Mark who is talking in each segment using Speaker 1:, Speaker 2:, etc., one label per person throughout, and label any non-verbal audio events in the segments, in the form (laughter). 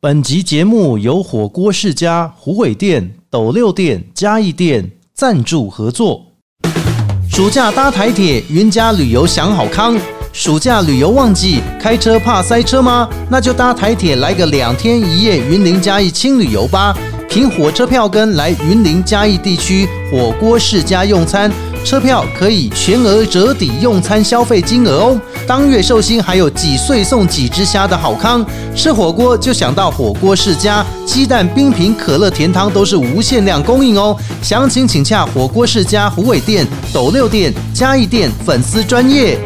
Speaker 1: 本集节目由火锅世家、虎尾店、斗六店、嘉义店赞助合作。暑假搭台铁，云家旅游享好康。暑假旅游旺季，开车怕塞车吗？那就搭台铁来个两天一夜云林嘉义轻旅游吧。凭火车票根来云林嘉义地区火锅世家用餐，车票可以全额折抵用餐消费金额哦。当月寿星还有几岁送几只虾的好康，吃火锅就想到火锅世家，鸡蛋、冰品、可乐、甜汤都是无限量供应哦。详情请洽火锅世家虎尾店、斗六店、嘉义店粉丝专业。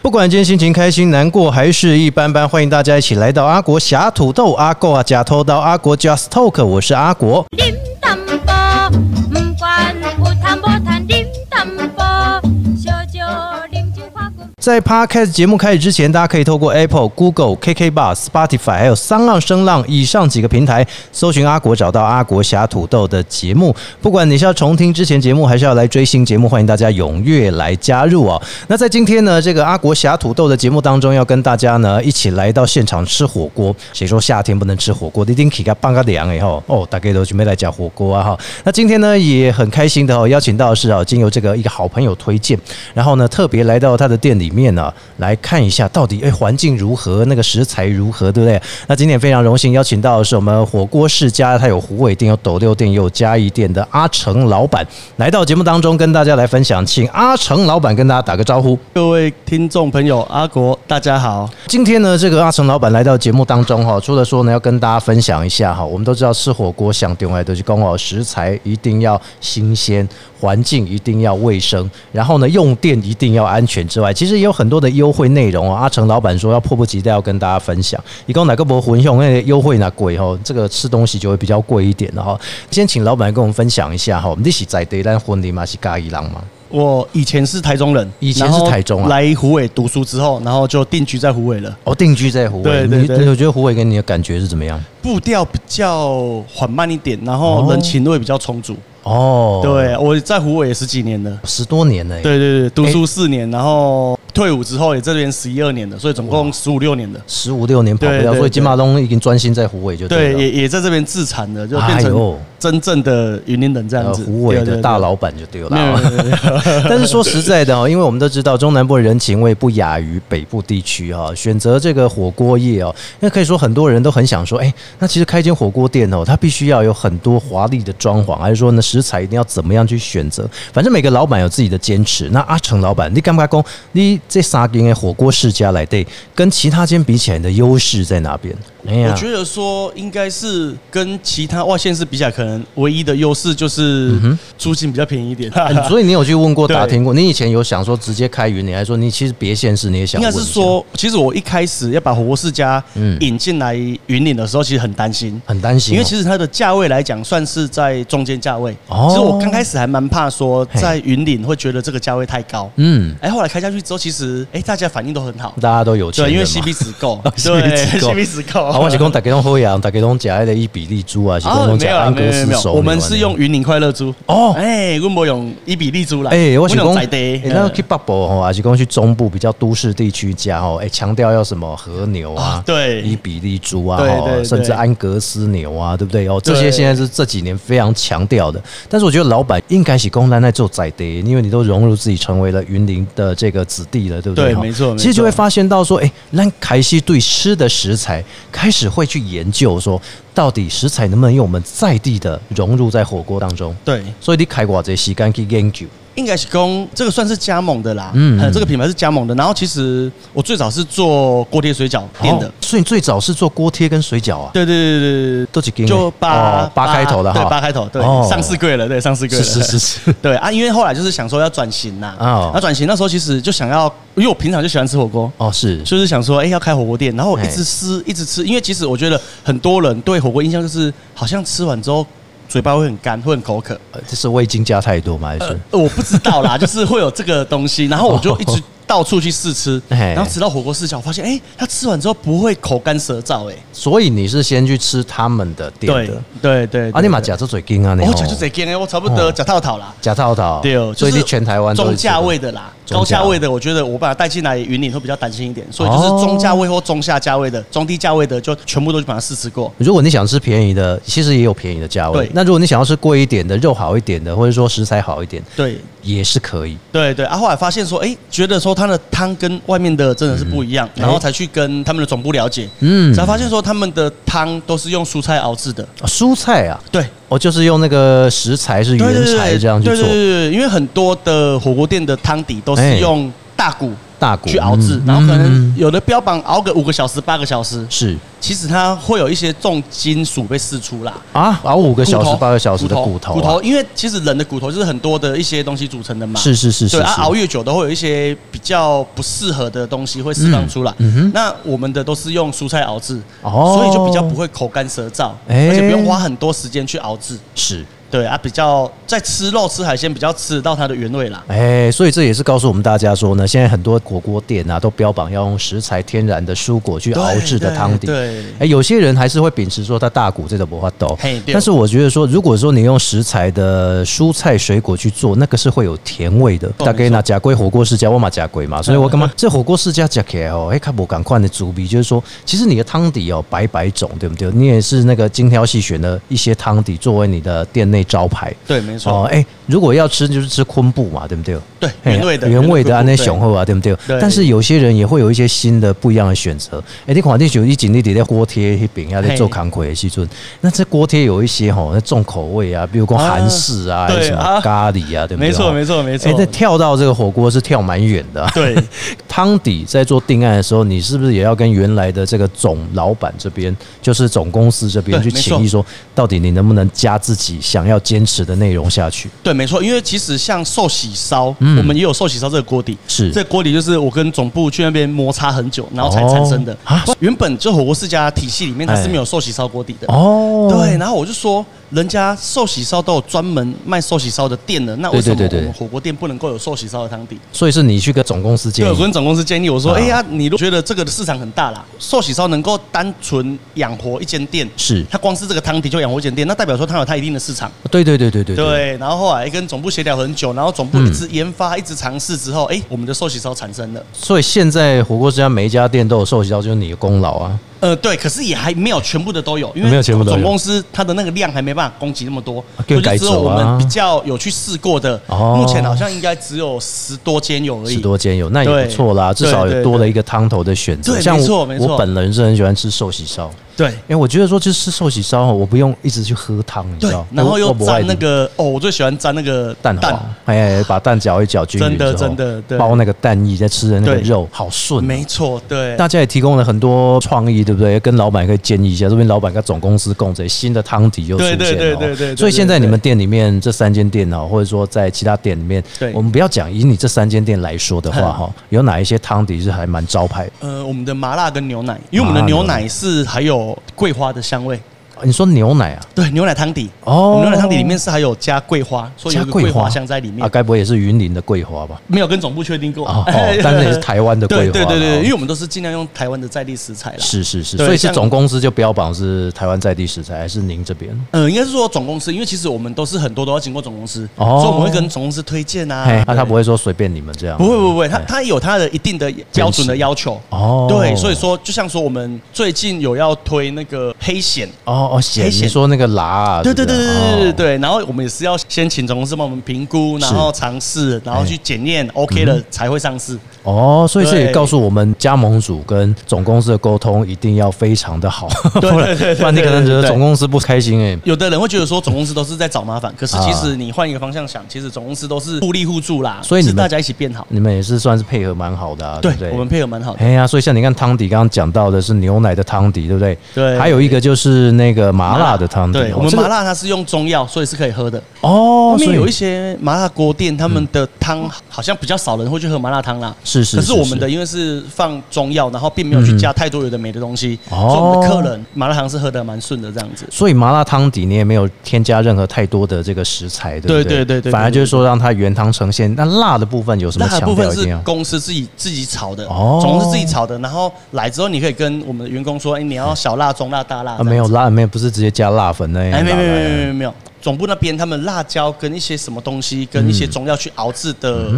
Speaker 1: 不管今天心情开心、难过还是一般般，欢迎大家一起来到阿国侠土豆、阿狗啊假偷刀、阿国 Just Talk，我是阿国。
Speaker 2: điểm tâm bò Ừm, quan u tham bò than điểm tâm bò cho cho điểm chữ khoa cùng
Speaker 1: 在 Podcast 节目开始之前，大家可以透过 Apple、Google、KK Bar、Spotify 还有三浪声浪以上几个平台搜寻阿国，找到阿国侠土豆的节目。不管你是要重听之前节目，还是要来追新节目，欢迎大家踊跃来加入哦。那在今天呢，这个阿国侠土豆的节目当中，要跟大家呢一起来到现场吃火锅。谁说夏天不能吃火锅？你一定起个半个凉以后，哦，大家都准备来讲火锅啊哈。那今天呢也很开心的哦，邀请到的是哦，经由这个一个好朋友推荐，然后呢特别来到他的店里面呢、来看一下到底哎环境如何，那个食材如何，对不对？那今天也非常荣幸邀请到的是我们火锅世家，它有虎尾店、有斗六店、也有嘉义店的阿成老板来到节目当中跟大家来分享，请阿成老板跟大家打个招呼。
Speaker 3: 各位听众朋友，阿国大家好。
Speaker 1: 今天呢，这个阿成老板来到节目当中哈，除了说呢要跟大家分享一下哈，我们都知道吃火锅想点外都是公哦，食材一定要新鲜，环境一定要卫生，然后呢用电一定要安全之外，其实也有很多的优惠内容哦。阿成老板说要迫不及待要跟大家分享，一共哪个博混用那个优惠哪贵哦，这个吃东西就会比较贵一点的哈。先请老板跟我们分享一下哈，我们一起在地，但婚礼嘛是咖喱郎嘛，
Speaker 3: 我以前是台中人，
Speaker 1: 以前是
Speaker 3: 然后
Speaker 1: 台中啊
Speaker 3: 来虎尾读书之后，然后就定居在虎尾了。
Speaker 1: 哦定居在湖尾，
Speaker 3: 对对
Speaker 1: 你
Speaker 3: 对
Speaker 1: 你我觉得湖尾给你的感觉是怎么样？
Speaker 3: 步调比较缓慢一点，然
Speaker 1: 哦
Speaker 3: 后人情味比较充足。
Speaker 1: 哦，。
Speaker 3: 对，我在虎尾也十几年了。
Speaker 1: 十多年了耶，
Speaker 3: 对对对，读书四年，然后退伍之后也这边十一二年了，所以总共十五六年了。
Speaker 1: 十五六年跑不
Speaker 3: 对
Speaker 1: 掉，
Speaker 3: 对
Speaker 1: 所以金马东已经专心在虎尾就
Speaker 3: 对，
Speaker 1: 了。
Speaker 3: 也也在这边自产了，就变
Speaker 1: 哎呦
Speaker 3: 成真正的云林人这样
Speaker 1: 呃，
Speaker 3: 子。
Speaker 1: 虎尾
Speaker 3: 对
Speaker 1: 的
Speaker 3: 对
Speaker 1: 大佬版就对了
Speaker 3: 对没有没有
Speaker 1: 啊。
Speaker 3: 没有没有
Speaker 1: (laughs) 但是说实在的哦，因为我们都知道中南部的人情味不亚于北部地区哈、选择这个火锅业哦，那可以说很多人都很想说，哎、那其实开一间火锅店哦，它必须要有很多华丽的装潢，还是说呢食材一定要怎么样去选择？反正每个老板有自己的坚持。那阿成老板，你敢不敢讲，你这三间的火锅世家来对，跟其他间比起来，你的优势在哪边？哎呀
Speaker 3: 我觉得说应该是跟其他外县市比起来，可能唯一的优势就是租金比较便宜一点。
Speaker 1: 嗯所以你有去问过、
Speaker 3: 对
Speaker 1: 打听过？你以前有想说直接开云林，还是说你其实别县市你也想
Speaker 3: 应
Speaker 1: 问
Speaker 3: 该
Speaker 1: 一下？
Speaker 3: 是说，其实我一开始要把火锅世家
Speaker 1: 嗯
Speaker 3: 引进来云岭的时候，其实很担心，
Speaker 1: 很担心哦、
Speaker 3: 因为其实它的价位来讲，算是在中间价位。
Speaker 1: 哦
Speaker 3: 其实我刚开始还蛮怕说
Speaker 1: 嘿
Speaker 3: 在云岭会觉得这个价位太高。
Speaker 1: 嗯，
Speaker 3: 哎，后来开下去之后，其实哎大家反应都很好，
Speaker 1: 大家都有钱
Speaker 3: 对，因为
Speaker 1: 人嘛，
Speaker 3: CP 值够
Speaker 1: (laughs)
Speaker 3: 对
Speaker 1: CP 值够
Speaker 3: CP 值够。哦
Speaker 1: 啊，我是讲大家拢好呀，大家拢食迄个伊比利猪
Speaker 3: (laughs)
Speaker 1: 啊，是讲拢食
Speaker 3: 没有啦
Speaker 1: 安格
Speaker 3: 没有
Speaker 1: 斯
Speaker 3: 没有，
Speaker 1: 熟。
Speaker 3: 我们是用云林快乐猪
Speaker 1: 哦
Speaker 3: 哎，我们用伊比利猪啦，
Speaker 1: 哎、我是
Speaker 3: 们
Speaker 1: 讲
Speaker 3: 用在，
Speaker 1: 哎
Speaker 3: 地，嗯
Speaker 1: 那去北部吼，还是讲去中部比较都市地区加吼，哎、强调要什么和牛啊
Speaker 3: 啊，对
Speaker 1: 伊比利猪啊，
Speaker 3: 对
Speaker 1: 吼
Speaker 3: 对对
Speaker 1: 甚至安格斯牛啊，对不对？哦，这
Speaker 3: 对
Speaker 1: 些现在是这几年非常强调的。但是我觉得老板应该是公然在做在地，因为你都融入自己成为了云林的这个子弟了，对不对？
Speaker 3: 对
Speaker 1: 吼
Speaker 3: 没错没错
Speaker 1: 其实就会发现到说，哎、那凯西对吃的食材开始会去研究说。到底食材能不能用我们在地的融入在火锅当中？
Speaker 3: 对，
Speaker 1: 所以你开过这时间去研究，
Speaker 3: 应该是公这个算是加盟的啦，
Speaker 1: 嗯
Speaker 3: 嗯
Speaker 1: 嗯，
Speaker 3: 这个品牌是加盟的。然后其实我最早是做锅贴水饺店的
Speaker 1: 哦，所以你最早是做锅贴跟水饺啊？，
Speaker 3: 对对对对对
Speaker 1: 都几间
Speaker 3: 对，
Speaker 1: 呢
Speaker 3: 就八
Speaker 1: 哦八开头的
Speaker 3: 对
Speaker 1: 哈
Speaker 3: 八开头，对
Speaker 1: 哦，
Speaker 3: 上市贵了，对上市贵
Speaker 1: 是
Speaker 3: 了，
Speaker 1: 是是是，
Speaker 3: (laughs) 对啊，因为后来就是想说要转型呐，
Speaker 1: 哦
Speaker 3: 啊转型那时候其实就想要，因为我平常就喜欢吃火锅，
Speaker 1: 哦是，
Speaker 3: 就是想说，哎、要开火锅店，然后我
Speaker 1: 哎
Speaker 3: 一直吃，一直吃，因为其实我觉得很多人对火锅印象就是，好像吃完之后嘴巴会很干，会很口渴。
Speaker 1: 呃这是味精加太多吗？还是 (laughs)
Speaker 3: 呃我不知道啦，就是会有这个东西，然后我就一直到处去试
Speaker 1: (laughs)
Speaker 3: 吃，
Speaker 1: 哎
Speaker 3: 然后直到火锅试吃，我发现哎、他吃完之后不会口干舌燥、哎，
Speaker 1: 所以你是先去吃他们的店
Speaker 3: 对
Speaker 1: 的，
Speaker 3: 对对，
Speaker 1: 啊，你嘛
Speaker 3: 假，
Speaker 1: 假这嘴硬啊，你
Speaker 3: 我
Speaker 1: 哦
Speaker 3: 假就这间哎，我差不多假套套啦。
Speaker 1: 假套套，
Speaker 3: 对哦，
Speaker 1: 所以
Speaker 3: 就
Speaker 1: 你
Speaker 3: 是
Speaker 1: 全台湾都是
Speaker 3: 中价
Speaker 1: 吃的
Speaker 3: 位的啦，
Speaker 1: 中价
Speaker 3: 高价位的，我觉得我把它带进来云林会比较担心一点，所以就是
Speaker 1: 哦
Speaker 3: 中价位或中下价位的、中低价位的，就全部都去把它试吃过。
Speaker 1: 如果你想吃便宜的，其实也有便宜的价位
Speaker 3: 对。
Speaker 1: 那如果你想要吃贵一点的，肉好一点的，或者说食材好一点，
Speaker 3: 对
Speaker 1: 也是可以。
Speaker 3: 对对，啊，后来发现说，哎，觉得说它的汤跟外面的真的是不一样，然后才去跟他们的总部了解，
Speaker 1: 嗯，
Speaker 3: 才发现说他们的汤都是用蔬菜熬制的。
Speaker 1: 蔬菜啊，
Speaker 3: 对，
Speaker 1: 哦，就是用那个食材是
Speaker 3: 对
Speaker 1: 原材这样去
Speaker 3: 对对
Speaker 1: 做，
Speaker 3: 对对，因为很多的火锅店的汤底都是
Speaker 1: 哎
Speaker 3: 用大骨
Speaker 1: 大骨
Speaker 3: 去熬制，
Speaker 1: 嗯
Speaker 3: 然后可能
Speaker 1: 嗯
Speaker 3: 有的标榜熬个五个小时、八个小时，
Speaker 1: 是
Speaker 3: 其实它会有一些重金属被释出啦。
Speaker 1: 啊，熬五个小
Speaker 3: 骨
Speaker 1: 时、
Speaker 3: 头
Speaker 1: 八个小时的骨头啊，
Speaker 3: 骨头，因为其实人的骨头就是很多的一些东西组成的嘛。
Speaker 1: 是是是是
Speaker 3: 对，
Speaker 1: 是
Speaker 3: 啊，熬越久都会有一些比较不适合的东西会释放出来。
Speaker 1: 嗯嗯哼
Speaker 3: 那我们的都是用蔬菜熬制，
Speaker 1: 哦
Speaker 3: 所以就比较不会口干舌燥，
Speaker 1: 哎
Speaker 3: 而且不用花很多时间去熬制。
Speaker 1: 是。
Speaker 3: 对啊，比较在吃肉吃海鲜比较吃得到它的原味啦。
Speaker 1: 哎，所以这也是告诉我们大家说呢，现在很多火锅店啊，都标榜要用食材天然的蔬果去熬制的汤底。
Speaker 3: 对，
Speaker 1: 哎，有些人还是会秉持说他大骨这种不法豆
Speaker 3: 嘿，对
Speaker 1: 但是我觉得说，如果说你用食材的蔬菜水果去做，那个是会有甜味的。
Speaker 3: 错
Speaker 1: 大概拿甲龟火锅世家，我嘛甲龟嘛，所以我干嘛这火锅世家吃起来哦，哎，看我赶快的主笔就是说，其实你的汤底哦，百百种，对不对？你也是那个精挑细选的一些汤底作为你的店内招牌。
Speaker 3: 对，没错。
Speaker 1: 哦，哎、如果要吃就是吃昆布嘛，对不对？
Speaker 3: 对
Speaker 1: 嘿
Speaker 3: 原味的
Speaker 1: 原味的啊，
Speaker 3: 原味
Speaker 1: 那
Speaker 3: 的
Speaker 1: 雄厚啊，对不对？
Speaker 3: 对
Speaker 1: 但是有些人也会有一些新的不一样的选择。哎、你看你有一锦你底在锅贴那边啊，在
Speaker 3: 嘿
Speaker 1: 做扛魁的西尊，那这锅贴有一些吼，那重口味啊，比如说
Speaker 3: 啊
Speaker 1: 韩式啊，还有
Speaker 3: 对
Speaker 1: 什么
Speaker 3: 啊
Speaker 1: 咖喱啊，对不对？
Speaker 3: 没错，没
Speaker 1: 错。
Speaker 3: 错，没
Speaker 1: 哎、
Speaker 3: 错。
Speaker 1: 那跳到这个火锅是跳蛮远的、啊。 (laughs)
Speaker 3: 对，
Speaker 1: 汤底在做定案的时候，你是不是也要跟原来的这个总老板这边，就是总公司这边
Speaker 3: 对
Speaker 1: 去
Speaker 3: 没
Speaker 1: 请
Speaker 3: 错
Speaker 1: 益说，到底你能不能加自己想要坚持的内容下去？
Speaker 3: 对，没错，因为其实像寿喜烧，
Speaker 1: 嗯
Speaker 3: 我们也有寿喜烧这个锅底。
Speaker 1: 是
Speaker 3: 这个锅底就是我跟总部去那边摩擦很久，然后才产生的
Speaker 1: 哦。啊
Speaker 3: 原本就火锅世家体系里面它
Speaker 1: 哎
Speaker 3: 是没有寿喜烧锅底的。
Speaker 1: 哦，
Speaker 3: 对，然后我就说，人家寿喜烧都有专门卖寿喜烧的店了，那为什么
Speaker 1: 对对
Speaker 3: 我
Speaker 1: 对对
Speaker 3: 们火锅店不能够有寿喜烧的汤底？
Speaker 1: 所以是你去跟总公司建
Speaker 3: 对，我
Speaker 1: 议，
Speaker 3: 跟总公司建议我说，
Speaker 1: 啊
Speaker 3: 哎呀，你如果觉得这个的市场很大啦，寿喜烧能够单纯养活一间店，
Speaker 1: 是
Speaker 3: 它光是这个汤底就养活一间店，那代表说它有它一定的市场。
Speaker 1: 对对对对对嗯
Speaker 3: 对，然后后来跟总部协调很久，然后总部一直研发、一直尝试之后，哎、我们的寿喜烧产生了。
Speaker 1: 所以现在火锅之家每一家店都有寿喜烧，就是你的功劳啊。
Speaker 3: 呃，对，可是也还没有全部的都有，因
Speaker 1: 没有
Speaker 3: 为
Speaker 1: 全部都有
Speaker 3: 总公司它的那个量还没办法供给那么多，
Speaker 1: 给
Speaker 3: 所以
Speaker 1: 改
Speaker 3: 就只有
Speaker 1: 走
Speaker 3: 我
Speaker 1: 啊
Speaker 3: 们比较有去试过的，
Speaker 1: 哦
Speaker 3: 目前好像应该只有十多间有而
Speaker 1: 十
Speaker 3: 已。
Speaker 1: 多间有，那也不错啦，
Speaker 3: 对
Speaker 1: 至少
Speaker 3: 对
Speaker 1: 有
Speaker 3: 对
Speaker 1: 多了一个汤头的选择。
Speaker 3: 对
Speaker 1: 像
Speaker 3: 没错
Speaker 1: 我
Speaker 3: 没错
Speaker 1: 我本人是很喜欢吃寿喜烧，
Speaker 3: 对
Speaker 1: 因为我觉得说就是吃寿喜烧哦，我不用一直去喝汤，你知
Speaker 3: 对
Speaker 1: 道，，
Speaker 3: 然后
Speaker 1: 我
Speaker 3: 又
Speaker 1: 我不爱
Speaker 3: 沾那个哦，我最喜欢沾那个
Speaker 1: 蛋黄，哎，把蛋搅一搅均匀
Speaker 3: 真的
Speaker 1: 之后
Speaker 3: 真的对
Speaker 1: 包那个蛋液，再吃的那个
Speaker 3: 对
Speaker 1: 肉，好顺哦。
Speaker 3: 没错，对，
Speaker 1: 大家也提供了很多创意，对不对？跟老板可以建议一下，这边老板跟总公司共这新的汤底又出现了、哦。
Speaker 3: 对对对对对对
Speaker 1: 所以现在你们店里面这三间店哦，或者说在其他店里面
Speaker 3: 对，
Speaker 1: 我们不要讲以你这三间店来说的话哈、有哪一些汤底是还蛮招牌的？
Speaker 3: 呃，我们的麻辣跟牛奶，因为我们的
Speaker 1: 麻辣
Speaker 3: 牛
Speaker 1: 牛奶
Speaker 3: 奶是还有桂花的香味，
Speaker 1: 你说牛奶啊？
Speaker 3: 对，牛奶汤底
Speaker 1: 哦
Speaker 3: 我们牛奶汤底里面是还有加桂花，所以有一个桂花香在里面
Speaker 1: 啊，。该不会也是云林的桂花吧？
Speaker 3: 没有跟总部确定过，
Speaker 1: 哦
Speaker 3: (laughs)
Speaker 1: 哦但是也是台湾的桂花
Speaker 3: 对对对
Speaker 1: 啦哦
Speaker 3: 对，因为我们都是尽量用台湾的在地食材啦。，
Speaker 1: 是是是，
Speaker 3: 对
Speaker 1: 所以是
Speaker 3: 像
Speaker 1: 总公司就标榜是台湾在地食材，还是您这边？
Speaker 3: 呃，应该是说总公司，因为其实我们都是很多都要经过总公司，
Speaker 1: 哦
Speaker 3: 所以我们会跟总公司推荐啊
Speaker 1: 哎、。那、
Speaker 3: 对
Speaker 1: 他不会说随便你们这样？
Speaker 3: 不会不会不会，他
Speaker 1: 哎
Speaker 3: 他有他的一定的标准的要求。
Speaker 1: 哦
Speaker 3: 对，所以说就像说我们最近有要推那个黑藓，
Speaker 1: 哦哦，咸
Speaker 3: 黑
Speaker 1: 你
Speaker 3: 咸
Speaker 1: 说那个辣、啊，
Speaker 3: 对
Speaker 1: 是
Speaker 3: 对
Speaker 1: 不
Speaker 3: 对
Speaker 1: 是
Speaker 3: 对对对
Speaker 1: 哦
Speaker 3: 对，然后我们也是要先请总公司帮我们评估，然后尝试，然后去检验 OK
Speaker 1: 嗯
Speaker 3: 了才会上市。
Speaker 1: 哦，所以这也
Speaker 3: 对
Speaker 1: 告诉我们，加盟主跟总公司的沟通一定要非常的好，不然 (laughs) 不然你可能觉得总公司不开心哎、
Speaker 3: 有的人会觉得说总公司都是在找麻烦，可是
Speaker 1: 啊
Speaker 3: 其实你换一个方向想，其实总公司都是互利互助啦，
Speaker 1: 所以你
Speaker 3: 是
Speaker 1: 们
Speaker 3: 大家一起变好。
Speaker 1: 你们也是算是配合蛮好的、啊，
Speaker 3: 对
Speaker 1: 不对？
Speaker 3: 我们配合蛮好的。
Speaker 1: 哎呀，所以像你看汤底刚刚讲到的是牛奶的汤底，对不对？
Speaker 3: 对
Speaker 1: 还有一个就是那那个麻辣的汤底哦。
Speaker 3: 对我们
Speaker 1: 这个
Speaker 3: 麻辣它是用中药，所以是可以喝的。
Speaker 1: 哦
Speaker 3: 后，
Speaker 1: 所
Speaker 3: 面
Speaker 1: 以
Speaker 3: 有一些麻辣锅店，他们的汤好像比较少人会去喝麻辣汤啦。
Speaker 1: 是嗯是
Speaker 3: 可
Speaker 1: 是
Speaker 3: 是我们的因为是放中药，然后并没有去加太多有的没的东西，
Speaker 1: 嗯
Speaker 3: 所以我
Speaker 1: 哦
Speaker 3: 们的客人麻辣汤是喝的蛮顺的这样子。
Speaker 1: 所以麻辣汤底你也没有添加任何太多的这个食材，对不对？
Speaker 3: 对对对对对
Speaker 1: 反而就是说让它原汤呈现。那辣的部分有什么
Speaker 3: 那
Speaker 1: 强
Speaker 3: 部分
Speaker 1: 调一定
Speaker 3: 是
Speaker 1: 要？
Speaker 3: 公司自己自己炒的，
Speaker 1: 哦
Speaker 3: 总是自己炒的。然后来之后，你可以跟我们的员工说，哎，你要小辣、中辣、大辣。
Speaker 1: 啊，没有，辣，没有，不是直接加辣粉那样。
Speaker 3: 哎，没有没有没有没
Speaker 1: 有。
Speaker 3: 有没有。总部那边他们辣椒跟一些什么东西，跟一些中药去熬制的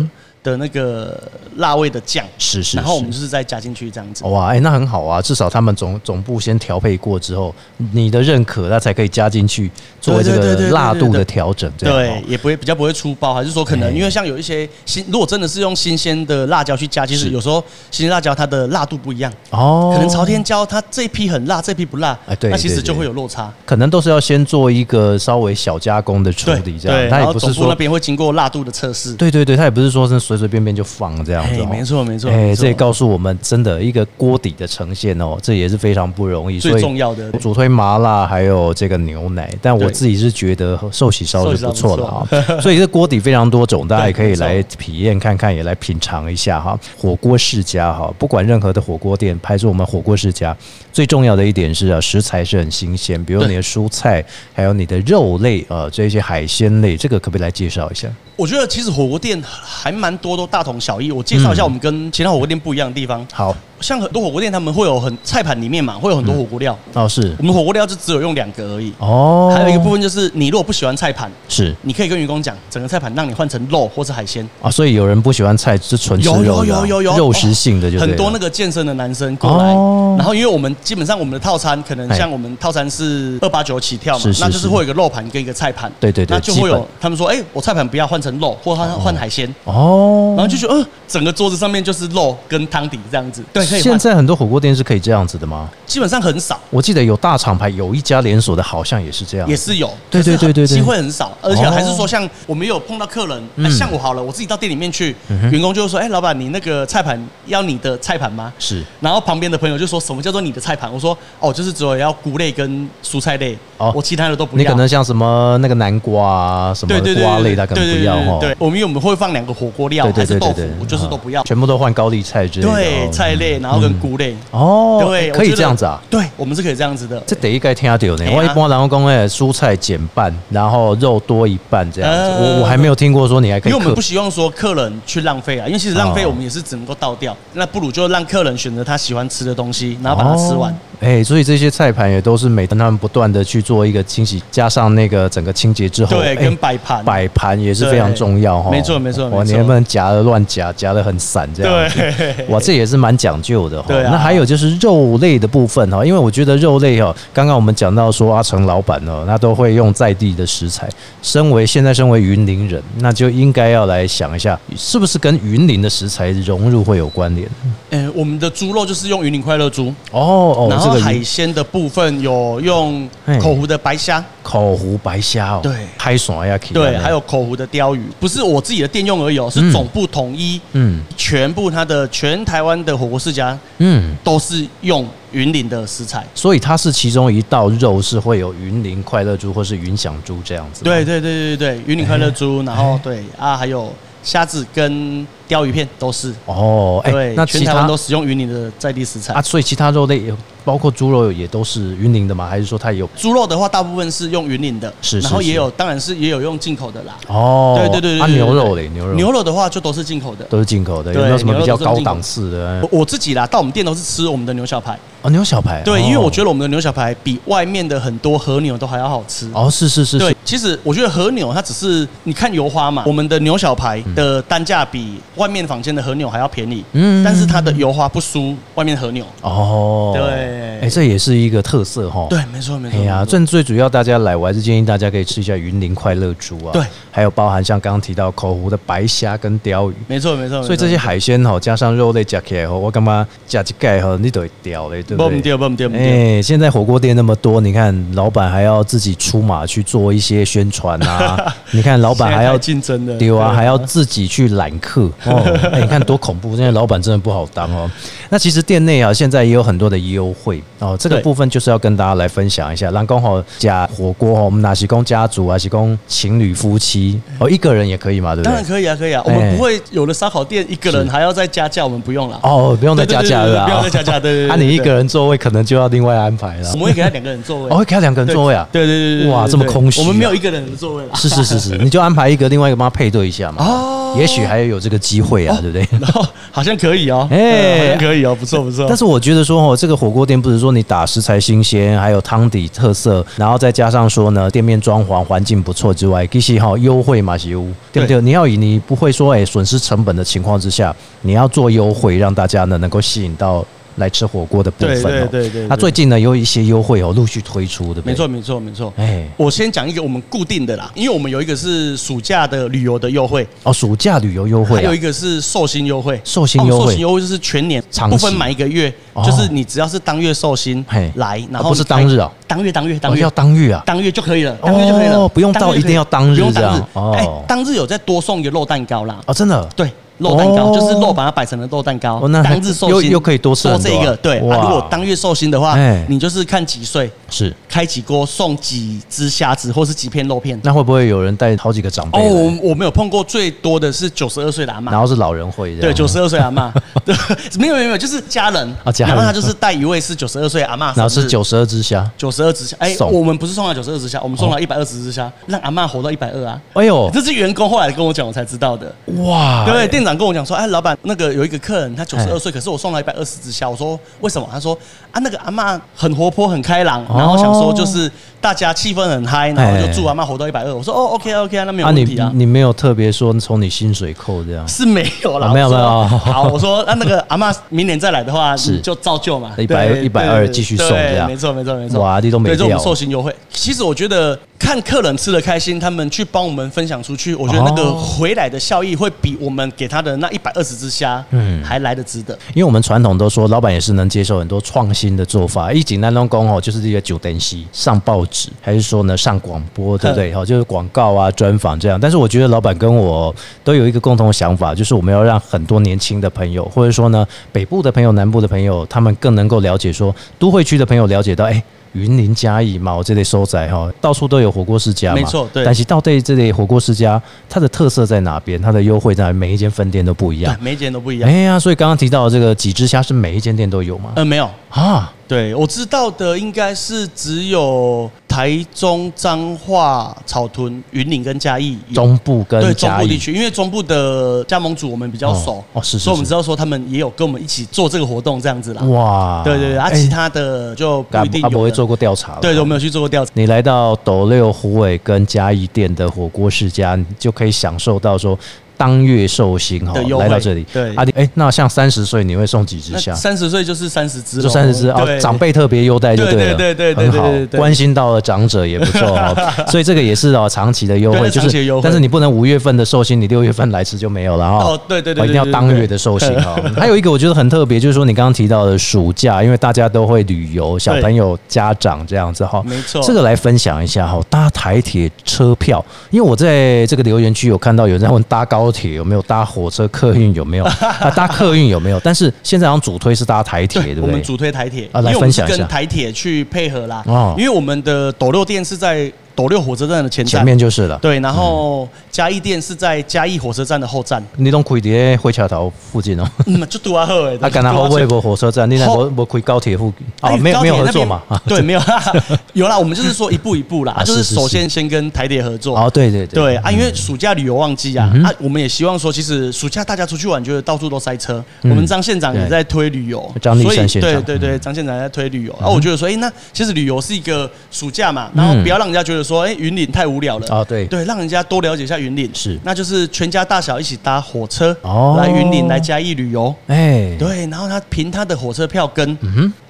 Speaker 3: 的那个辣味的酱，
Speaker 1: 嗯是是
Speaker 3: 然后我们
Speaker 1: 是
Speaker 3: 就是再加进去这样子。
Speaker 1: 哇，哎、那很好啊，至少他们总总部先调配过之后，你的认可，那才可以加进去作为这
Speaker 3: 对对对
Speaker 1: 个
Speaker 3: 对对
Speaker 1: 辣度
Speaker 3: 对
Speaker 1: 的
Speaker 3: 对
Speaker 1: 调整，这样
Speaker 3: 对
Speaker 1: 哦，
Speaker 3: 也不会比较不会出包，还是说可能
Speaker 1: 哎
Speaker 3: 因为像有一些新，如果真的是用新鲜的辣椒去加，其
Speaker 1: 是
Speaker 3: 实有时候新鲜辣椒它的辣度不一样，
Speaker 1: 哦，
Speaker 3: 可能朝天椒它这一批很辣，这批不辣
Speaker 1: 哎对，
Speaker 3: 那其
Speaker 1: 对
Speaker 3: 实
Speaker 1: 对
Speaker 3: 就会有落差。
Speaker 1: 可能都是要先做一个稍微小加工的处
Speaker 3: 对
Speaker 1: 理，这
Speaker 3: 对，
Speaker 1: 样，它
Speaker 3: 然
Speaker 1: 也
Speaker 3: 后
Speaker 1: 不
Speaker 3: 总
Speaker 1: 是
Speaker 3: 部那
Speaker 1: 说，
Speaker 3: 边会经过辣度的测试。
Speaker 1: 对对对，它也不是说是随随便便就放这样子、
Speaker 3: 哎
Speaker 1: 哦，
Speaker 3: 没错没错
Speaker 1: 哎、
Speaker 3: 没错
Speaker 1: 这也告诉我们真的一个锅底的呈现哦，这也是非常不容易，
Speaker 3: 最
Speaker 1: 所以
Speaker 3: 重要的
Speaker 1: 我主推麻辣还有这个牛奶，但我
Speaker 3: 对
Speaker 1: 自己是觉得寿喜烧是不错的啊
Speaker 3: 寿喜烧，
Speaker 1: 所以这锅底非常多
Speaker 3: (laughs)
Speaker 1: 种，大家也可以
Speaker 3: 没错
Speaker 1: 来体验看看，也来品尝一下哈。火锅世家哈，不管任何的火锅店，排除我们火锅世家，最重要的一点是啊，食材是很新鲜，比如
Speaker 3: 对
Speaker 1: 你的蔬菜，还有你的肉类呃，这些海鲜类，这个可不可以来介绍一下？
Speaker 3: 我觉得其实火锅店还蛮多都大同小异。我介绍一下我们跟其他火锅店不一样的地方，
Speaker 1: 好，
Speaker 3: 像很多火锅店他们会有很菜盘里面嘛，会有很多火锅料，
Speaker 1: 哦是
Speaker 3: 我们火锅料就只有用两个而已。
Speaker 1: 哦，
Speaker 3: 还有一个部分就是，你如果不喜欢菜盘，
Speaker 1: 是
Speaker 3: 你可以跟员工讲，整个菜盘让你换成肉或是海鲜。
Speaker 1: 啊，所以有人不喜欢菜，是纯吃
Speaker 3: 有
Speaker 1: 肉
Speaker 3: 有
Speaker 1: 的啊
Speaker 3: 有有有哦
Speaker 1: 肉食性的就对
Speaker 3: 很多
Speaker 1: 了
Speaker 3: 那个健身的男生过来
Speaker 1: 哦，
Speaker 3: 然后因为我们基本上我们的套餐可能
Speaker 1: 哎
Speaker 3: 像我们套餐是二八九起跳嘛
Speaker 1: 是是，
Speaker 3: 那就是
Speaker 1: 是
Speaker 3: 会有一个肉盘跟一个菜盘，
Speaker 1: 对对对
Speaker 3: 那就
Speaker 1: 基
Speaker 3: 会
Speaker 1: 本
Speaker 3: 有他们说，哎，我菜盘不要换成肉，或换换海鲜，
Speaker 1: 哦
Speaker 3: 然后就觉得，呃，整个桌子上面就是肉跟汤底这样子，对，可以
Speaker 1: 现
Speaker 3: 换，
Speaker 1: 在很多火锅店是可以这样子的吗？
Speaker 3: 基本上很少。
Speaker 1: 我记得有大厂牌，有一家连锁的，好像也是这样。
Speaker 3: 也是有，
Speaker 1: 对对对对对
Speaker 3: 可是很机会很少，而且
Speaker 1: 哦嗯
Speaker 3: 还是说像我们有碰到客人，哎像我好了，我自己到店里面去，员工就会说，哎，老板，你那个菜盘要你的菜盘吗？
Speaker 1: 是
Speaker 3: 然后旁边的朋友就说什么叫做你的菜盘？我说哦，就是只有要菇类跟蔬菜类，
Speaker 1: 哦
Speaker 3: 我其他的都不
Speaker 1: 你
Speaker 3: 要。
Speaker 1: 可能像什么那个南瓜啊，什么
Speaker 3: 对对对
Speaker 1: 瓜类，
Speaker 3: 对
Speaker 1: 它可能不要
Speaker 3: 对对
Speaker 1: 哦。
Speaker 3: 对，对我们因为我们会放两个火锅料还是豆腐，就是都不要
Speaker 1: 嗯。全部都换高丽菜之类的哦。
Speaker 3: 对，菜类，然后
Speaker 1: 嗯
Speaker 3: 跟菇类，
Speaker 1: 哦，
Speaker 3: 对，
Speaker 1: 可
Speaker 3: 我觉
Speaker 1: 以
Speaker 3: 得
Speaker 1: 这样子啊。
Speaker 3: 对，我们是可以这样子的。
Speaker 1: 这得一概听下有呢
Speaker 3: 哎，呀
Speaker 1: 我一般然后讲诶，蔬菜减半，然后肉多一半这样子。
Speaker 3: 呃
Speaker 1: 我我还没有听过说你还可
Speaker 3: 因
Speaker 1: 以
Speaker 3: 为我们
Speaker 1: 克
Speaker 3: 不希望说客人去浪费啊，因为其实浪费
Speaker 1: 哦
Speaker 3: 我们也是只能够倒掉，那不如就让客人选择他喜欢吃的东西，然后把它吃完
Speaker 1: 哦。哎、所以这些菜盘也都是每天他们不断的去做一个清洗，加上那个整个清洁之后，
Speaker 3: 对，
Speaker 1: 哎
Speaker 3: 跟摆盘。
Speaker 1: 摆盘也是非常重要哈。
Speaker 3: 对没错没错
Speaker 1: 哇，
Speaker 3: 没
Speaker 1: 你
Speaker 3: 错
Speaker 1: 能不能夹的乱夹，夹的很散这样子？
Speaker 3: (laughs) 对，
Speaker 1: 哇，这也是蛮讲究的哈。
Speaker 3: 对啊
Speaker 1: 那还有就是肉类的部分哈，因为我觉得肉类哈，刚刚我们讲到说阿成老板呢，那都会用在地的食材。身为现在身为云林人，那就应该要来想一下，是不是跟云林的食材融入会有关联？
Speaker 3: 呃，我们的猪肉就是用云林快乐猪，
Speaker 1: 哦哦
Speaker 3: 然，
Speaker 1: 这
Speaker 3: 后
Speaker 1: 个哎
Speaker 3: 海
Speaker 1: 鱼
Speaker 3: 鲜的部分有用
Speaker 1: 嘿
Speaker 3: 口湖的白虾，
Speaker 1: 口湖白虾哦，
Speaker 3: 对
Speaker 1: 海爽呀，
Speaker 3: 对，还有口湖的鲷鱼，不是我自己的店用而已哦，
Speaker 1: 嗯
Speaker 3: 是总部统一，
Speaker 1: 嗯
Speaker 3: 全部它的全台湾的火锅世家
Speaker 1: 嗯。
Speaker 3: 都是用云林的食材。
Speaker 1: 所以它是其中一道肉是会有云林快乐猪或是云享猪这样子吗。哎
Speaker 3: 对对对对对，云林快乐猪，然后对啊，还有虾子跟鲷鱼片都是，
Speaker 1: 哦，哎、
Speaker 3: 对，
Speaker 1: 那
Speaker 3: 全
Speaker 1: 其
Speaker 3: 台
Speaker 1: 他
Speaker 3: 湾都使用云林的在地食材
Speaker 1: 啊，。所以其他肉类也包括猪肉也都是云林的吗？还是说它有？
Speaker 3: 猪肉的话，大部分是用云林的，
Speaker 1: 是是
Speaker 3: 然后
Speaker 1: 是
Speaker 3: 也有，当然是也有用进口的啦。
Speaker 1: 哦，
Speaker 3: 对对对对
Speaker 1: 啊，
Speaker 3: 对对
Speaker 1: 牛肉嘞，牛肉
Speaker 3: 牛肉的话，就都是进口的。
Speaker 1: 都是进口的，有
Speaker 3: 对
Speaker 1: 没有什么
Speaker 3: 牛
Speaker 1: 比
Speaker 3: 肉
Speaker 1: 较
Speaker 3: 都是
Speaker 1: 高
Speaker 3: 进口
Speaker 1: 档次的？
Speaker 3: 我我自己啦，到我们店都是吃我们的牛小排，
Speaker 1: 哦，牛小排。
Speaker 3: 对，因为我觉
Speaker 1: 得
Speaker 3: 得我们的牛小排比外面的很多和牛都还要好吃。
Speaker 1: 哦，是是是
Speaker 3: 对
Speaker 1: 是，，
Speaker 3: 其实我觉得和牛它只是你看油花嘛，我们的牛小排的单价比外面房间的和牛还要便宜，
Speaker 1: 嗯
Speaker 3: 嗯，但是它的油花不输外面和牛。
Speaker 1: 哦，
Speaker 3: 对
Speaker 1: 哎、这也是一个特色哈。。
Speaker 3: 对，没错没
Speaker 1: 哎
Speaker 3: 错。
Speaker 1: 呀，
Speaker 3: 没错
Speaker 1: 最最主要大家来，我还是建议大家可以吃一下云林快乐猪啊，
Speaker 3: 对，
Speaker 1: 还有包含像刚刚提到口湖的白虾跟鲷鱼，
Speaker 3: 没错没错。
Speaker 1: 所以这些海鲜吼，加上肉类加起来吼，我干嘛加一盖吼，你都会掉嘞，对
Speaker 3: 不
Speaker 1: 不
Speaker 3: 唔
Speaker 1: 对？
Speaker 3: 掉不唔掉不
Speaker 1: 哎、
Speaker 3: 掉，
Speaker 1: 现在火锅店那么多，你看老板还要自己出马去做一些宣传
Speaker 3: (laughs)
Speaker 1: 啊，你看老板还
Speaker 3: 现在
Speaker 1: 要
Speaker 3: 太竞争的，
Speaker 1: 丢啊，还要自己去揽客哦。
Speaker 3: (laughs)
Speaker 1: 哎、你看多恐怖！现在老板真的不好当哦。那其实店内啊，现在也有很多的优惠，哦，这个
Speaker 3: 对
Speaker 1: 部分就是要跟大家来分享一下。让公吼加火锅哦吼，我们哪些供家族啊，是供情侣夫妻哦，一个人也可以嘛，对不
Speaker 3: 当然
Speaker 1: 对？
Speaker 3: 可以啊，可以啊，我
Speaker 1: 哎
Speaker 3: 们不会有了烧烤店一个人还要再加价，我们不用了。
Speaker 1: 哦，不用再加价了啊，
Speaker 3: 对对对对不用再加价
Speaker 1: (laughs)
Speaker 3: 对对对
Speaker 1: 啊，
Speaker 3: 对
Speaker 1: 你
Speaker 3: 对
Speaker 1: 一个人座位可能就要另外安排了
Speaker 3: 我。们会给他两个人座位。
Speaker 1: 哦，会开两个人座位啊？
Speaker 3: 对对对对对，
Speaker 1: 哇
Speaker 3: 对
Speaker 1: 这么
Speaker 3: 对
Speaker 1: 空虚啊
Speaker 3: 我们没有一个人的座位了。
Speaker 1: 是是是是，你就安排一个，另外一个帮他配对一下嘛。
Speaker 3: 哦
Speaker 1: 也许还有这个机会啊，对不对？
Speaker 3: 然后好像可以哦，
Speaker 1: 哎
Speaker 3: 哎，好像可以哦，不错不错。
Speaker 1: 但是我觉得说哦，这个火锅店不是说你打食材新鲜，还有汤底特色，然后再加上说呢，店面装潢环境不错之外，其实哈、优惠嘛，西屋对不对？
Speaker 3: 对
Speaker 1: 你要以你不会说哎损失成本的情况之下，你要做优惠，让大家呢能够吸引到来吃火锅的部分、哦。
Speaker 3: 对对对对对
Speaker 1: 那最近呢有一些优惠哦，陆续推出，对不对？
Speaker 3: 没错，没错没错，
Speaker 1: 哎
Speaker 3: 我先讲一个我们固定的啦，因为我们有一个是暑假的旅游的优惠，
Speaker 1: 哦，暑假旅游优惠、啊，
Speaker 3: 还有一个是寿星优惠，
Speaker 1: 寿星优惠
Speaker 3: 哦寿星优惠就是全年
Speaker 1: 长期
Speaker 3: 不分满一个月，
Speaker 1: 哦
Speaker 3: 就是你只要是当月寿星
Speaker 1: 嘿
Speaker 3: 来，然
Speaker 1: 哦
Speaker 3: 后
Speaker 1: 不是
Speaker 3: 你开
Speaker 1: 当日哦，
Speaker 3: 当月当月当
Speaker 1: 哦
Speaker 3: 月
Speaker 1: 要当月啊，
Speaker 3: 当月就可以了，
Speaker 1: 哦
Speaker 3: 当月就可以了，
Speaker 1: 不用到
Speaker 3: 当月就可以
Speaker 1: 一定要当日
Speaker 3: 不用
Speaker 1: 这样
Speaker 3: 当日，哎
Speaker 1: 哦，
Speaker 3: 当日有再多送一个肉蛋糕啦，
Speaker 1: 哦，真的
Speaker 3: 对，肉蛋
Speaker 1: 哦
Speaker 3: 糕就是肉把它摆成了肉蛋糕
Speaker 1: 哦那，还
Speaker 3: 当日寿
Speaker 1: 又
Speaker 3: 星
Speaker 1: 又可以多吃
Speaker 3: 多
Speaker 1: 很多
Speaker 3: 这
Speaker 1: 啊
Speaker 3: 个，对，
Speaker 1: 哇
Speaker 3: 啊如果当月寿星的话
Speaker 1: 哎，
Speaker 3: 你就是看几岁。
Speaker 1: 是。
Speaker 3: 开几锅送几只虾子，或是几片肉片。
Speaker 1: 那会不会有人带好几个长辈
Speaker 3: 哦，
Speaker 1: 来？
Speaker 3: 我我没有碰过，最多的是九十二岁的阿
Speaker 1: 然
Speaker 3: 妈。
Speaker 1: 后是老人会这样
Speaker 3: 对，九十二岁阿妈， (laughs) 对，没有没有没有，就是家人
Speaker 1: 啊家人
Speaker 3: 然后他就是带一位是九十二岁阿妈，
Speaker 1: 然后是九十二只虾。
Speaker 3: 九十二只虾。哎，
Speaker 1: 送哦
Speaker 3: 我们不是送了九十二只虾，我们送了一百二十只虾，让阿妈活到一百二啊。
Speaker 1: 哎呦，
Speaker 3: 这是员工后来跟我讲，我才知道的。
Speaker 1: 哇！
Speaker 3: 对，店长跟我讲说，哎，老板，那个有一个客人，他九十
Speaker 1: 哎
Speaker 3: 二岁，可是我送了一百二十只虾。我说为什么？他说啊，那个阿嬷很活泼，很开朗，
Speaker 1: 哦
Speaker 3: 然后想说就是大家气氛很嗨，然后
Speaker 1: 哎
Speaker 3: 就祝阿嬷活到一百二。我说哦，OK 啊 OK 啊，那没有
Speaker 1: 啊，
Speaker 3: 问
Speaker 1: 你
Speaker 3: 题啊。
Speaker 1: 你没有特别说从你薪水扣这样，
Speaker 3: 是没有啦，
Speaker 1: 啊没有
Speaker 3: 我说
Speaker 1: 没有
Speaker 3: 好，
Speaker 1: (laughs)
Speaker 3: 我说那那个阿嬷明年再来的话，
Speaker 1: 是
Speaker 3: 你就照旧嘛，
Speaker 1: 100 120继续送这
Speaker 3: 对
Speaker 1: 样
Speaker 3: 没错没错没错。
Speaker 1: 哇你都没
Speaker 3: 对，这
Speaker 1: 掉
Speaker 3: 种寿星优惠。其实我觉得看客人吃的开心，他们去帮我们分享出去，我觉得那个
Speaker 1: 哦
Speaker 3: 回来的效益会比我们给他的那一百二十只虾，嗯，还来得值得。
Speaker 1: 因为我们传统都说老板也是能接受很多创新的做法。一景南东工哦，就是这些九灯西上报纸，还是说呢上广播，对不
Speaker 3: 嗯
Speaker 1: 对？哦，就是广告啊、专访这样。但是我觉得老板跟我都有一个共同的想法，就是我们要让很多年轻的朋友，或者说呢北部的朋友、南部的朋友，他们更能够了解说都会区的朋友了解到，哎。云林嘉义嘛，我这类收窄哈，到处都有火锅世家嘛，
Speaker 3: 没错对
Speaker 1: 但是到底这类火锅世家，它的特色在哪边？它的优惠在哪？每一间分店都不一样
Speaker 3: 对，。每一间都不一样。
Speaker 1: 哎呀，所以刚刚提到的这个几只虾是每一间店都有吗？
Speaker 3: 呃，没有，
Speaker 1: 啊，
Speaker 3: 对我知道的应该是只有台中、彰化、草屯、云林跟嘉义有。
Speaker 1: 中部跟
Speaker 3: 对中
Speaker 1: 嘉
Speaker 3: 部地
Speaker 1: 义
Speaker 3: 区，因为中部的加盟主我们比较熟
Speaker 1: 哦哦是是
Speaker 3: 所以我们
Speaker 1: 是
Speaker 3: 知道说他们也有跟我们一起做这个活动这样子啦。
Speaker 1: 哇，
Speaker 3: 对对对，啊，
Speaker 1: 哎
Speaker 3: 其他的就不一定
Speaker 1: 阿伯
Speaker 3: 有
Speaker 1: 会
Speaker 3: 了。
Speaker 1: 做过调查，
Speaker 3: 对对，我们有去做过调查。
Speaker 1: 你来到斗六、虎尾跟嘉义店的火锅世家，你就可以享受到说当月寿星哈
Speaker 3: 的，优惠
Speaker 1: 哦来到这里，
Speaker 3: 对
Speaker 1: 啊，你哎，那像三十岁你会送几只
Speaker 3: 那
Speaker 1: 虾？
Speaker 3: 三十岁就是三十只咯，
Speaker 1: 就三十只哦，
Speaker 3: 对
Speaker 1: 长辈特别优待就对了，
Speaker 3: 对对对对对
Speaker 1: 很好
Speaker 3: 对对，对
Speaker 1: 关心到了长者也不错
Speaker 3: (laughs)
Speaker 1: 哦，所以这个也是哦长期的优惠，
Speaker 3: 对
Speaker 1: 就
Speaker 3: 长期的优
Speaker 1: 是
Speaker 3: 惠
Speaker 1: 但是你不能五月份的寿星，你六月份来吃就没有了哦
Speaker 3: 哦，对对
Speaker 1: 哦
Speaker 3: 对，
Speaker 1: 一定要
Speaker 3: 对对
Speaker 1: 当
Speaker 3: 对
Speaker 1: 月的寿星哦。
Speaker 3: (laughs)
Speaker 1: 还有一个我觉得很特别，就是说你刚刚提到的暑假，因为大家都会旅游，小朋友、家长这样子哈。
Speaker 3: 没错
Speaker 1: 这个来分享一下哈，搭台铁车票，因为我在这个留言区有看到有人在问搭高铁有没有，搭火车、客运有没有，啊，搭客运有没有？但是现在好像主推是搭台
Speaker 3: (laughs)
Speaker 1: 铁，对不
Speaker 3: 我们
Speaker 1: 对？
Speaker 3: 主推台铁，
Speaker 1: 啊
Speaker 3: 因
Speaker 1: 来
Speaker 3: 为我
Speaker 1: 分
Speaker 3: 们是
Speaker 1: 享一下
Speaker 3: 跟台铁去配合啦。
Speaker 1: 哦
Speaker 3: 因为我们的斗六店是在斗六火车站的前站，
Speaker 1: 前面嗯就是了。
Speaker 3: 对，然后嘉义店是在嘉义火车站的后站，
Speaker 1: 你拢开伫火车头附近哦，
Speaker 3: 嗯，就杜阿赫哎，
Speaker 1: (laughs) 啊，干那后尾无火车站，你那无无开高铁附近哦，
Speaker 3: 哎
Speaker 1: 没有没有
Speaker 3: 高铁
Speaker 1: 合
Speaker 3: 那边 (laughs)
Speaker 1: 作嘛？啊，
Speaker 3: 对，没有，哈哈有啦，我们就是说一步一步啦
Speaker 1: 啊，
Speaker 3: 就是
Speaker 1: 是是
Speaker 3: 首先先跟台铁合作，
Speaker 1: 哦，对对嗯
Speaker 3: 对啊，因为暑假旅游旺季啊，啊，我们也希望说，其实暑假大家出去玩，觉得到处都塞车。
Speaker 1: 嗯
Speaker 3: 我们张县长
Speaker 1: 对
Speaker 3: 也在推旅游，
Speaker 1: 张立
Speaker 3: 所以
Speaker 1: 善县长嗯
Speaker 3: 对对对，张县长也在推旅游。啊，我觉得说，哎，那其实旅游是一个暑假嘛，然后
Speaker 1: 嗯
Speaker 3: 不要让人家觉得说，哎，云岭太无聊了
Speaker 1: 啊对
Speaker 3: 对，让人家多了解一下云岭。
Speaker 1: 是
Speaker 3: 那就是全家大小一起搭火车
Speaker 1: 哦
Speaker 3: 来云岭来嘉义旅游。
Speaker 1: 哎，
Speaker 3: 对，然后他凭他的火车票
Speaker 1: 嗯
Speaker 3: 根，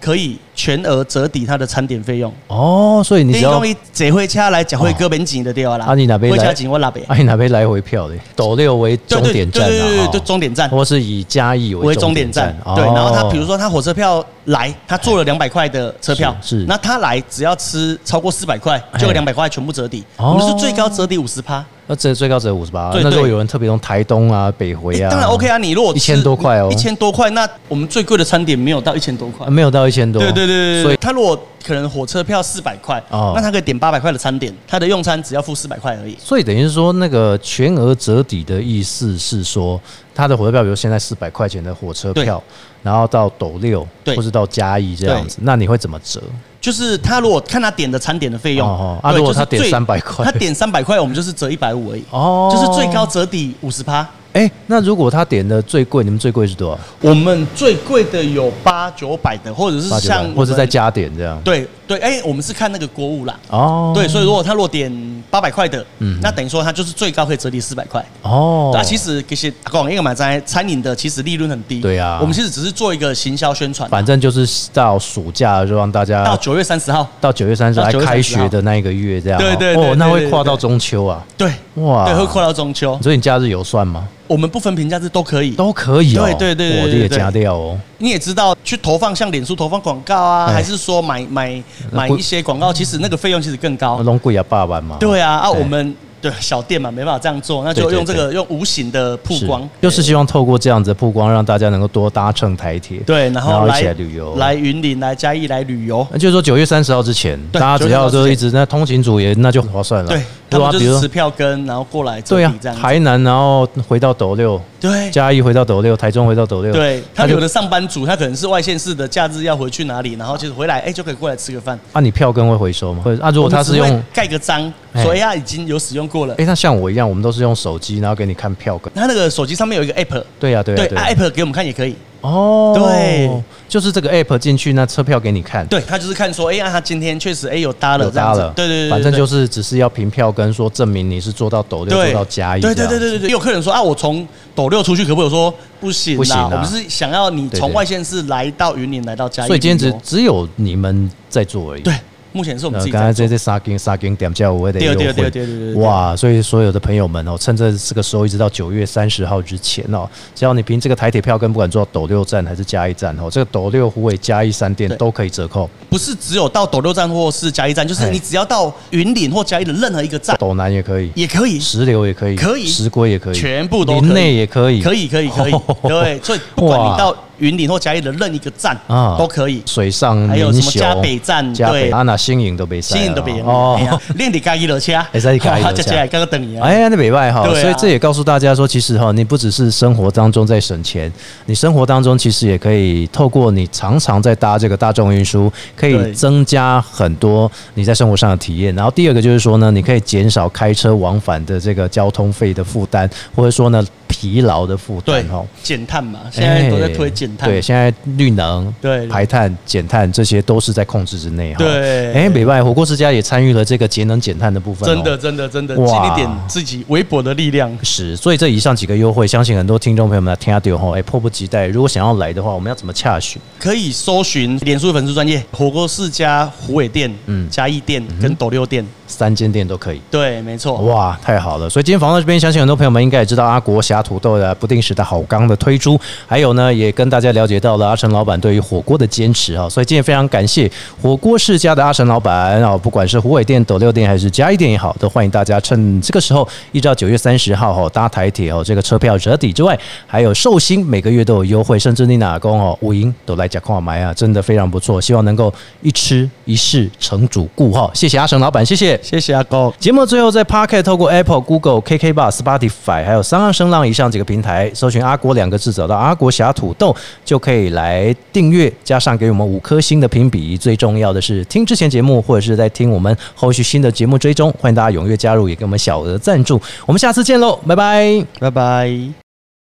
Speaker 3: 可以全额折抵他的餐点费用。
Speaker 1: 哦，所以你
Speaker 3: 你
Speaker 1: 只要
Speaker 3: 讲伊坐火车来，吃火哥本钱就对了啦。
Speaker 1: 啊你哪边
Speaker 3: 火
Speaker 1: 来
Speaker 3: 车钱我哪边。
Speaker 1: 哎，哪边来回票的？斗六为终点站
Speaker 3: 对对对对
Speaker 1: 啊，
Speaker 3: 对对，
Speaker 1: 哈
Speaker 3: 终点站。
Speaker 1: 或是以嘉义
Speaker 3: 为
Speaker 1: 为
Speaker 3: 终
Speaker 1: 终
Speaker 3: 点
Speaker 1: 点
Speaker 3: 站
Speaker 1: 站，，
Speaker 3: 对，然后他
Speaker 1: 哦
Speaker 3: 比如说他火车票来，他做了两百块的车票，
Speaker 1: 是是
Speaker 3: 那他来只要吃超过四百块，就有两百块全部折抵，
Speaker 1: 哦
Speaker 3: 我们是最高折抵五十趴，
Speaker 1: 那这最高只有五十八。
Speaker 3: 对
Speaker 1: 那如果
Speaker 3: 对
Speaker 1: 有人特别从台东啊、北回啊，
Speaker 3: 当然 OK 啊，你如果
Speaker 1: 1000多块哦
Speaker 3: 一千多块，那我们最贵的餐点没有到一千多块
Speaker 1: 啊，。没有到一千多。
Speaker 3: 对对对
Speaker 1: 所
Speaker 3: 对对，所
Speaker 1: 以
Speaker 3: 以他如果可能火车票四百块，
Speaker 1: 哦
Speaker 3: 那他可以点八百块的餐点，他的用餐只要付四百块而已。
Speaker 1: 所以等于是说，那个全额折抵的意思是说，他的火车票，比如现在四百块钱的火车票，然后到斗六，
Speaker 3: 对
Speaker 1: 或是到嘉义这样子，那你会怎么折？
Speaker 3: 就是他如果看他点的餐点的费用，
Speaker 1: 哦哦啊
Speaker 3: 对
Speaker 1: 如果
Speaker 3: 就是
Speaker 1: 他点
Speaker 3: 最
Speaker 1: 300块
Speaker 3: (laughs) 他点三百块，我们就是折一百五而已，
Speaker 1: 哦
Speaker 3: 就是最高。折抵五十趴。
Speaker 1: 哎、那如果他点的最贵，你们最贵是多少？
Speaker 3: 我们最贵的有八九百的，或者是
Speaker 1: 八九百
Speaker 3: 像我们
Speaker 1: 或者再加点这样？
Speaker 3: 对对，哎、我们是看那个国物啦。
Speaker 1: 哦，
Speaker 3: 对，所以如果他如果点八百块的，
Speaker 1: 嗯
Speaker 3: 那等于说他就是最高可以折抵四百块。
Speaker 1: 哦，
Speaker 3: 那、其实其实讲一个买在餐饮的，其实利润很低。
Speaker 1: 对啊
Speaker 3: 我们其实只是做一个行销宣传。
Speaker 1: 反正就是到暑假就让大家
Speaker 3: 到九月三十号，
Speaker 1: 到九月三十
Speaker 3: 到
Speaker 1: 来
Speaker 3: 9月30
Speaker 1: 开学的那一个月这样哦，
Speaker 3: 对对对对
Speaker 1: 哦，那会
Speaker 3: 对
Speaker 1: 跨到
Speaker 3: 对
Speaker 1: 中秋啊，
Speaker 3: 对，
Speaker 1: 哇，
Speaker 3: 对，会扩到中秋。
Speaker 1: 所以你假日有算吗？
Speaker 3: 我们不分评价制都可以。
Speaker 1: 都可以哦，
Speaker 3: 对对对对
Speaker 1: 我的
Speaker 3: 对
Speaker 1: 也
Speaker 3: 对
Speaker 1: 加掉哦，
Speaker 3: 你也知道，去投放像脸书投放广告啊，
Speaker 1: 哎
Speaker 3: 还是说买买
Speaker 1: 那
Speaker 3: 买
Speaker 1: 不嗯
Speaker 3: 一些广告，其实那个费用其实更高。
Speaker 1: 龙贵啊爸爸嘛，
Speaker 3: 对啊，啊，
Speaker 1: 对
Speaker 3: 我们对小店嘛，没办法这样做，那
Speaker 1: 哎
Speaker 3: 就
Speaker 1: 对对
Speaker 3: 用这个用无形的曝
Speaker 1: 是，
Speaker 3: 光，
Speaker 1: 就是希望透过这样子的曝光，让大家能够多搭乘台铁，
Speaker 3: 对，然后
Speaker 1: 一
Speaker 3: 来
Speaker 1: 起来旅游，
Speaker 3: 来。云林、来嘉义来旅游，
Speaker 1: 那就是说九月三十号之前，大
Speaker 3: 对
Speaker 1: 家只要
Speaker 3: 9
Speaker 1: 就
Speaker 3: 月30
Speaker 1: 一直那通勤组也那就划算了。
Speaker 3: 对，
Speaker 1: 对
Speaker 3: 他们
Speaker 1: 啊，
Speaker 3: 就
Speaker 1: 比
Speaker 3: 是
Speaker 1: 如
Speaker 3: 持票根，然后过来这
Speaker 1: 对
Speaker 3: 里
Speaker 1: 啊
Speaker 3: 这，样子，
Speaker 1: 台南然后回到斗六，
Speaker 3: 对
Speaker 1: 嘉义回到斗六，台中回到斗六，
Speaker 3: 对，他
Speaker 1: 就
Speaker 3: 有的上班族，他可能是外县市的，假日要回去哪里，然后就是回来，哎，就可以过来吃个饭。
Speaker 1: 啊，你票根会回收吗？或者啊，如果他是用
Speaker 3: 我，们只会盖个章，
Speaker 1: 哎
Speaker 3: 说哎呀已经有使用过了
Speaker 1: 哎、，那像我一样，我们都是用手机，然后给你看票根。
Speaker 3: 他那个手机上面有一个 app，
Speaker 1: 对呀、对呀、对
Speaker 3: 对
Speaker 1: 呀、
Speaker 3: 啊，app 给我们看也可以，
Speaker 1: 哦，
Speaker 3: 对，
Speaker 1: 就是这个 app 进去，那车票给你看。
Speaker 3: 对他就是看说，哎呀，他今天确实哎有搭了，
Speaker 1: 有
Speaker 3: 这样
Speaker 1: 搭
Speaker 3: 子
Speaker 1: 了，
Speaker 3: 对对对，
Speaker 1: 反正
Speaker 3: 对
Speaker 1: 就是只是要凭票根说证明你是做到斗六，做
Speaker 3: 对，
Speaker 1: 到甲乙这
Speaker 3: 对
Speaker 1: 样，
Speaker 3: 对对对对对，有客人说啊，我从斗六出去可不可以？我说不行啦，
Speaker 1: 不行啊
Speaker 3: 我们是想要你
Speaker 1: 对对
Speaker 3: 从外县市来到云林，来到嘉义旅游，
Speaker 1: 所以今天只只有你们在做而已。
Speaker 3: 哦对，目前是我们
Speaker 1: 呃，
Speaker 3: 自己
Speaker 1: 刚才
Speaker 3: 在做
Speaker 1: 这这三斤三斤点价我也得优惠，
Speaker 3: 对对对对对对对
Speaker 1: 哇！所以所有的朋友们哦，趁着这个时候一直到九月三十号之前哦，只要你凭这个台铁票根，不管坐到斗六站还是嘉义站哦，这个斗六、虎尾、嘉义三店
Speaker 3: 对
Speaker 1: 都可以折扣。
Speaker 3: 不是只有到斗六站或是嘉义站，就是
Speaker 1: 哎
Speaker 3: 你只要到云林或嘉义的任何一个站
Speaker 1: 斗南也可以，
Speaker 3: 也可以，
Speaker 1: 石榴也可以，
Speaker 3: 可以
Speaker 1: 石龟也可以，
Speaker 3: 全部都可以
Speaker 1: 林内也可以，，
Speaker 3: 可以可以可以对，所以不管
Speaker 1: 哇
Speaker 3: 你到云林或嘉义的任一个站
Speaker 1: 啊
Speaker 3: 都可以。
Speaker 1: 水上
Speaker 3: 还有什
Speaker 1: 民
Speaker 3: 么
Speaker 1: 雄
Speaker 3: 嘉北站
Speaker 1: 嘉北
Speaker 3: 对
Speaker 1: 啊那新营都北
Speaker 3: 新营都别
Speaker 1: 哦
Speaker 3: 哦，哎呀。练你嘉义的车，啊
Speaker 1: 会使你嘉义落车
Speaker 3: (laughs) 这这还刚刚等你啊，
Speaker 1: 哎呀，那北外哈，
Speaker 3: 对啊
Speaker 1: 所以这也告诉大家说，其实哈，你不只是生活当中在省钱，你生活当中其实也可以透过你常常在搭这个大众运输，可以
Speaker 3: 对
Speaker 1: 增加很多你在生活上的体验。然后第二个就是说呢，你可以减少开车往返的这个交通费的负担，或者说呢疲劳的负担
Speaker 3: 对
Speaker 1: 哈。，哎
Speaker 3: 减碳嘛，现在都在推减碳，
Speaker 1: 对，现在绿能、
Speaker 3: 对
Speaker 1: 排碳、减碳这些都是在控制之内哈。
Speaker 3: 对
Speaker 1: 哎，北外火锅之家也参与了这个节能减碳的部分、哦，
Speaker 3: 真的，真的，真的，尽
Speaker 1: 哇
Speaker 3: 一点自己微薄的力量。
Speaker 1: 是，所以这以上几个优惠，相信很多听众朋友们来听到后，哎，迫不及待。如果想要来的话，我们要怎么洽询？
Speaker 3: 可以搜寻脸书粉丝专业火锅世家虎尾店、
Speaker 1: 嗯
Speaker 3: 嗯、嘉义店跟斗六店。
Speaker 1: 三间店都可以。
Speaker 3: 对，没错。
Speaker 1: 哇，太好了！所以今天访问到这边，相信很多朋友们应该也知道阿国侠土豆的不定时的好缸的推出，还有呢，也跟大家了解到了阿成老板对于火锅的坚持啊、所以今天非常感谢火锅世家的阿成老板啊、不管是虎尾店、斗六店还是嘉义店也好，都欢迎大家趁这个时候，一直到九月三十号哦，搭台铁哦，这个车票折抵之外，还有寿星每个月都有优惠，甚至你哪工哦，五营都来讲矿买啊，真的非常不错，希望能够一吃一试成主顾哈、谢谢阿成老板，谢谢。
Speaker 3: 谢谢阿高，
Speaker 1: 节目最后在 Pocket 透过 Apple、Google、KK Bar、Spotify 还有三岸声浪以上几个平台搜寻“阿国”两个字，找到“阿国侠土豆”就可以来订阅，加上给我们五颗星的评比。最重要的是，听之前节目或者是在听我们后续新的节目追踪，欢迎大家踊跃加入，也给我们小额赞助。我们下次见喽，拜拜。
Speaker 3: 拜拜。